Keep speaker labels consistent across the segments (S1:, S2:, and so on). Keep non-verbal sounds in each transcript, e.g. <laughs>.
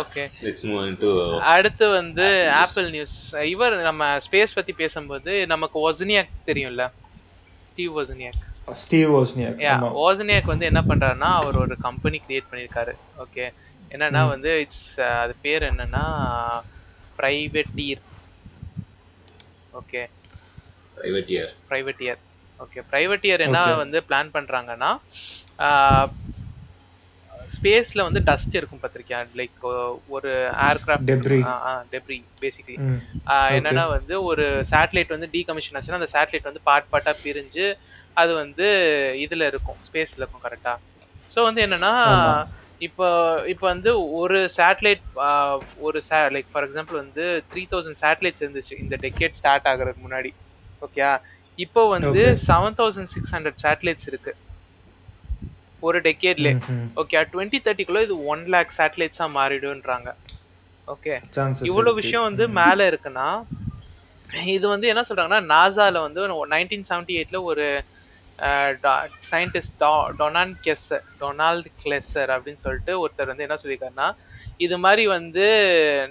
S1: Okay. Ah.
S2: Let's move in to
S1: அடுத்து வந்து Apple news இவர் நம்ம ஸ்பேஸ் பத்தி பேசும்போது நமக்கு ஒசனியாக் தெரியும்ல Steve Wozniak
S3: Steve Wozniak
S1: yeah Wozniak வந்து என்ன பண்றாருன்னா அவர் ஒரு கம்பெனி கிரியேட் பண்ணியிருக்காரு ஓகே என்னன்னா வந்து இட்ஸ் அது பேர் என்னன்னா privateer okay
S2: privateer
S1: privateer okay privateer என்ன வந்து பிளான் பண்ணுறாங்கன்னா ஸ்பேஸில் வந்து டஸ்ட் இருக்கும் பார்த்திருக்கியா லைக் ஒரு ஏர்கிராஃப்ட்
S3: Debris.
S1: டெப்ரி பேசிக்கலி
S3: ம்
S1: என்னன்னா வந்து ஒரு சேட்டலைட் வந்து டீகமிஷன் ஆச்சுன்னா அந்த சேட்டலைட் வந்து பார்ட் பார்ட்டாக பிரிஞ்சு அது வந்து இதில் இருக்கும் ஸ்பேஸில் இருக்கும் கரெக்டாக ஸோ வந்து என்னன்னா இப்போ இப்போ வந்து ஒரு சேட்டலைட் ஒரு சே லைக் ஃபார் எக்ஸாம்பிள் வந்து த்ரீ தௌசண்ட் சேட்டலைட்ஸ் இருந்துச்சு இந்த டெக்கேட் ஸ்டார்ட் ஆகுறதுக்கு முன்னாடி ஓகே இப்போ வந்து seven thousand six hundred satellites இருக்கு ஒரு டெக்கேட்லே ஓகே டுவெண்ட்டி தேர்ட்டிக்குள்ளே இது ஒன் லேக் சேட்டலைட்ஸாக மாறிடுன்றாங்க ஓகே
S3: சான்சஸ்
S1: இவ்வளோ விஷயம் வந்து மேலே இருக்குன்னா இது வந்து என்ன சொல்கிறாங்கன்னா நாசாவில் வந்து நைன்டீன் செவன்டி எயிட்டில் ஒரு சயின்டிஸ்ட் டா டொனால்ட் கெஸ்ஸர் டொனால்ட் கிளெஸ்ஸர் அப்படின்னு சொல்லிட்டு ஒருத்தர் வந்து என்ன சொல்லியிருக்காருன்னா இது மாதிரி வந்து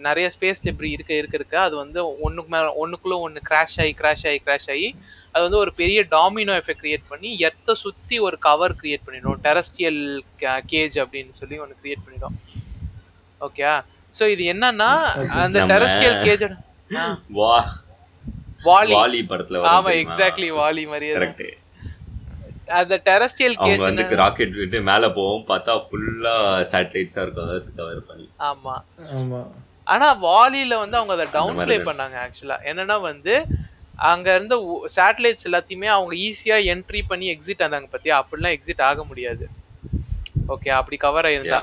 S1: நிறைய ஸ்பேஸ் டெப்ரி இருக்க இருக்க இருக்க அது வந்து ஒன்றுக்கு மேலே ஒன்றுக்குள்ளே ஒன்று கிராஷ் ஆகி கிராஷ் ஆகி கிராஷ் ஆகி அது வந்து ஒரு பெரிய டாமினோ எஃபெக்ட் கிரியேட் பண்ணி எர்த்தை சுற்றி ஒரு கவர் கிரியேட் பண்ணிடும் டெரஸ்டியல் கேஜ் அப்படின்னு சொல்லி ஒன்று கிரியேட் பண்ணிடும் ஓகே ஸோ ah. இது என்னன்னா அந்த
S2: நம்ம-
S1: டெரஸ்டியல் கேஜ்
S2: <laughs> வா
S1: வாலி
S2: வாலி படத்துல
S1: ஆமா எக்ஸாக்ட்லி வாலி மாதிரியே தான்.
S2: கரெக்ட்
S1: அந்த டெரஸ்டியல்
S2: அவங்க
S1: கேஜ்
S2: வந்து ராக்கெட் விட்டு மேல போவோம் பார்த்தா ஃபுல்லா சேட்டலைட்ஸா இருக்கும் அதை கவர் பண்ணி
S1: ஆமா
S3: ஆமா
S1: ஆனா வாலில வந்து அவங்க அதை டவுன் ப்ளே பண்ணாங்க ஆக்சுவலா என்னன்னா வந்து அங்க இருந்த சேட்டலைட்ஸ் எல்லாத்தையுமே அவங்க ஈஸியா என்ட்ரி பண்ணி எக்ஸிட் ஆனாங்க பத்தியா அப்படிலாம் எக்ஸிட் ஆக முடியாது ஓகே அப்படி கவர் ஆயிருந்தா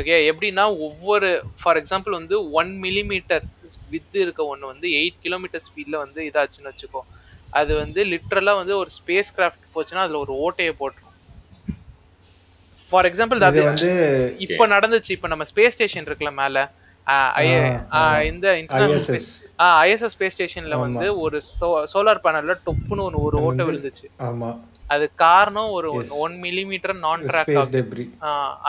S1: ஓகே எப்படின்னா ஒவ்வொரு ஃபார் எக்ஸாம்பிள் வந்து ஒன் மில்லிமீட்டர் வித்து இருக்க ஒன்று வந்து எயிட் கிலோமீட்டர் ஸ்பீடில் வந்து இதாச்சுன்னு வச்சுக்கோ அது வந்து லிட்ரலாக வந்து ஒரு ஸ்பேஸ் கிராஃப்ட் போச்சுன்னா அதில் ஒரு ஓட்டையை போட்டுரும் ஃபார் எக்ஸாம்பிள் அது
S3: இது வந்து
S1: இப்போ நடந்துச்சு இப்போ நம்ம ஸ்பேஸ் ஸ்டேஷன் இருக்குல்ல மேல ஆஹ், ஐ- ஆஹ், இந்த international space
S3: ISS.
S1: ISS space ஸ்டேஷன்ல வந்து ஒரு சோலார் பேனல்ல டொப்புன்னு ஒன்று ஒரு ஓட்டை விழுந்துச்சு
S3: ஆமா
S1: அது காரணம் ஒரு one millimetre non track
S3: space debris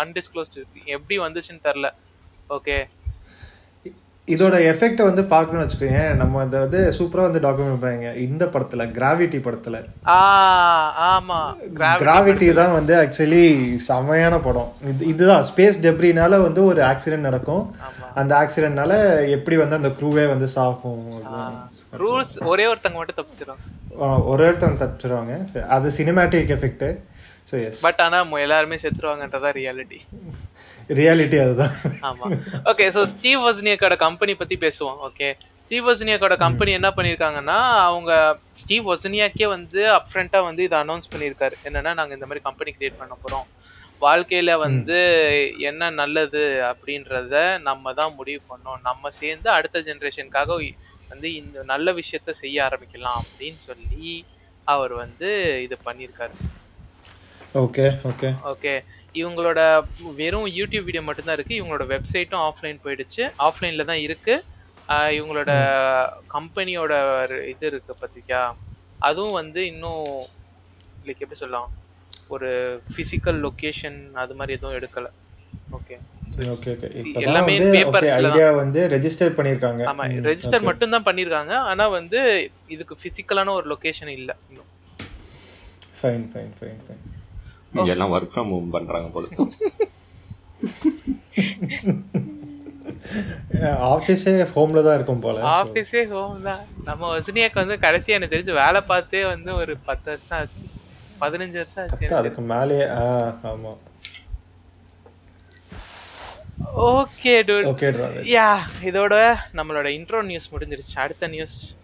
S1: undisclosed எப்படி வந்துச்சுன்னு தெரில ஓகே
S3: இதோட எஃபெக்ட்டை வந்து பார்க்கணும்னு வச்சுக்கோங்க நம்ம அதை வந்து சூப்பராக வந்து டாக்குமெண்ட் பண்ணாங்க இந்த படத்துல கிராவிட்டி படத்துல
S1: ஆ ஆமா கிராவி
S3: கிராவிட்டி தான் வந்து ஆக்சுவலி செமையான படம் இது இதுதான் ஸ்பேஸ் டெப்ரினால வந்து ஒரு ஆக்சிடென்ட் நடக்கும் அந்த ஆக்சிடென்ட்னால எப்படி வந்து அந்த க்ரூவே வந்து சாகும்
S1: ரூல்ஸ் ஒரே ஒருத்தங்க மட்டும் தப்பிச்சிடும்
S3: ஆஹ் ஒரு ஒருத்தவங்க தப்பிச்சிருவாங்க அது cinematic effect so yes
S1: but ஆனா மு- எல்லாருமே செத்துருவாங்கன்றதா ரியாலிட்டி
S3: ரியாலிட்டி அதுதான்
S1: ஆமா ஓகே ஸோ ஸ்டீவ் வஸ்னியக்கோட கம்பெனி பத்தி பேசுவோம் ஓகே ஸ்டீவ் வஸ்னியக்கோட கம்பெனி என்ன பண்ணியிருக்காங்கன்னா அவங்க ஸ்டீவ் வசனியாக்கே வந்து அப்ஃப்ரண்ட்டாக வந்து இதை அனௌன்ஸ் பண்ணியிருக்காரு என்னன்னா நாங்கள் இந்த மாதிரி கம்பெனி கிரியேட் பண்ண போகிறோம் வாழ்க்கையில் வந்து என்ன நல்லது அப்படின்றத நம்ம தான் முடிவு பண்ணோம் நம்ம சேர்ந்து அடுத்த ஜென்ரேஷனுக்காக வந்து இந்த நல்ல விஷயத்த செய்ய ஆரம்பிக்கலாம் அப்படின்னு சொல்லி அவர் வந்து இது பண்ணியிருக்காரு
S3: ஓகே ஓகே
S1: ஓகே இவங்களோட வெறும் யூடியூப் வீடியோ மட்டும்தான் இருக்குது இவங்களோட வெப்சைட்டும் ஆஃப்லைன் போயிடுச்சு ஆஃப்லைனில் தான் இருக்குது இவங்களோட கம்பெனியோட இது இருக்கு பார்த்தியா அதுவும் வந்து இன்னும் லைக் எப்படி சொல்லலாம் ஒரு ஃபிசிக்கல் லொக்கேஷன் அது மாதிரி எதுவும் எடுக்கலை ஓகே
S3: ஓகே ஓகே
S1: எல்லாமே
S3: இப்போதான் வந்து ஓகே
S1: papers-ல
S3: ஐடியா வந்து ரெஜிஸ்டர் பண்ணியிருக்காங்க
S1: ஆமாம் ரெஜிஸ்டர் மட்டும்தான் பண்ணியிருக்காங்க ஆனால் வந்து இதுக்கு ஃபிசிக்கலான ஒரு லொக்கேஷன் இல்லை இன்னும்
S3: fine fine fine <laughs> fine
S1: Oh.
S2: இங்க எல்லாம் ஒர்க் ஃப்ரம் ஹோம் பண்றாங்க போல
S3: ஆஃபீஸே ஹோம்ல தான் இருக்கும் போல
S1: ஆஃபீஸே ஹோம் தான் நம்ம வசனியாக்கு வந்து கடைசி எனக்கு தெரிஞ்சு வேலை பார்த்தே வந்து ஒரு பத்து வருஷம் ஆச்சு பதினஞ்சு வருஷம் ஆச்சு எனக்கு.
S3: அதுக்கு மேலே ஆ ஆமா
S1: ஓகே டூட்
S3: ஓகே
S1: யா இதோட நம்மளோட இன்ட்ரோ நியூஸ் முடிஞ்சிருச்சு அடுத்த நியூஸ்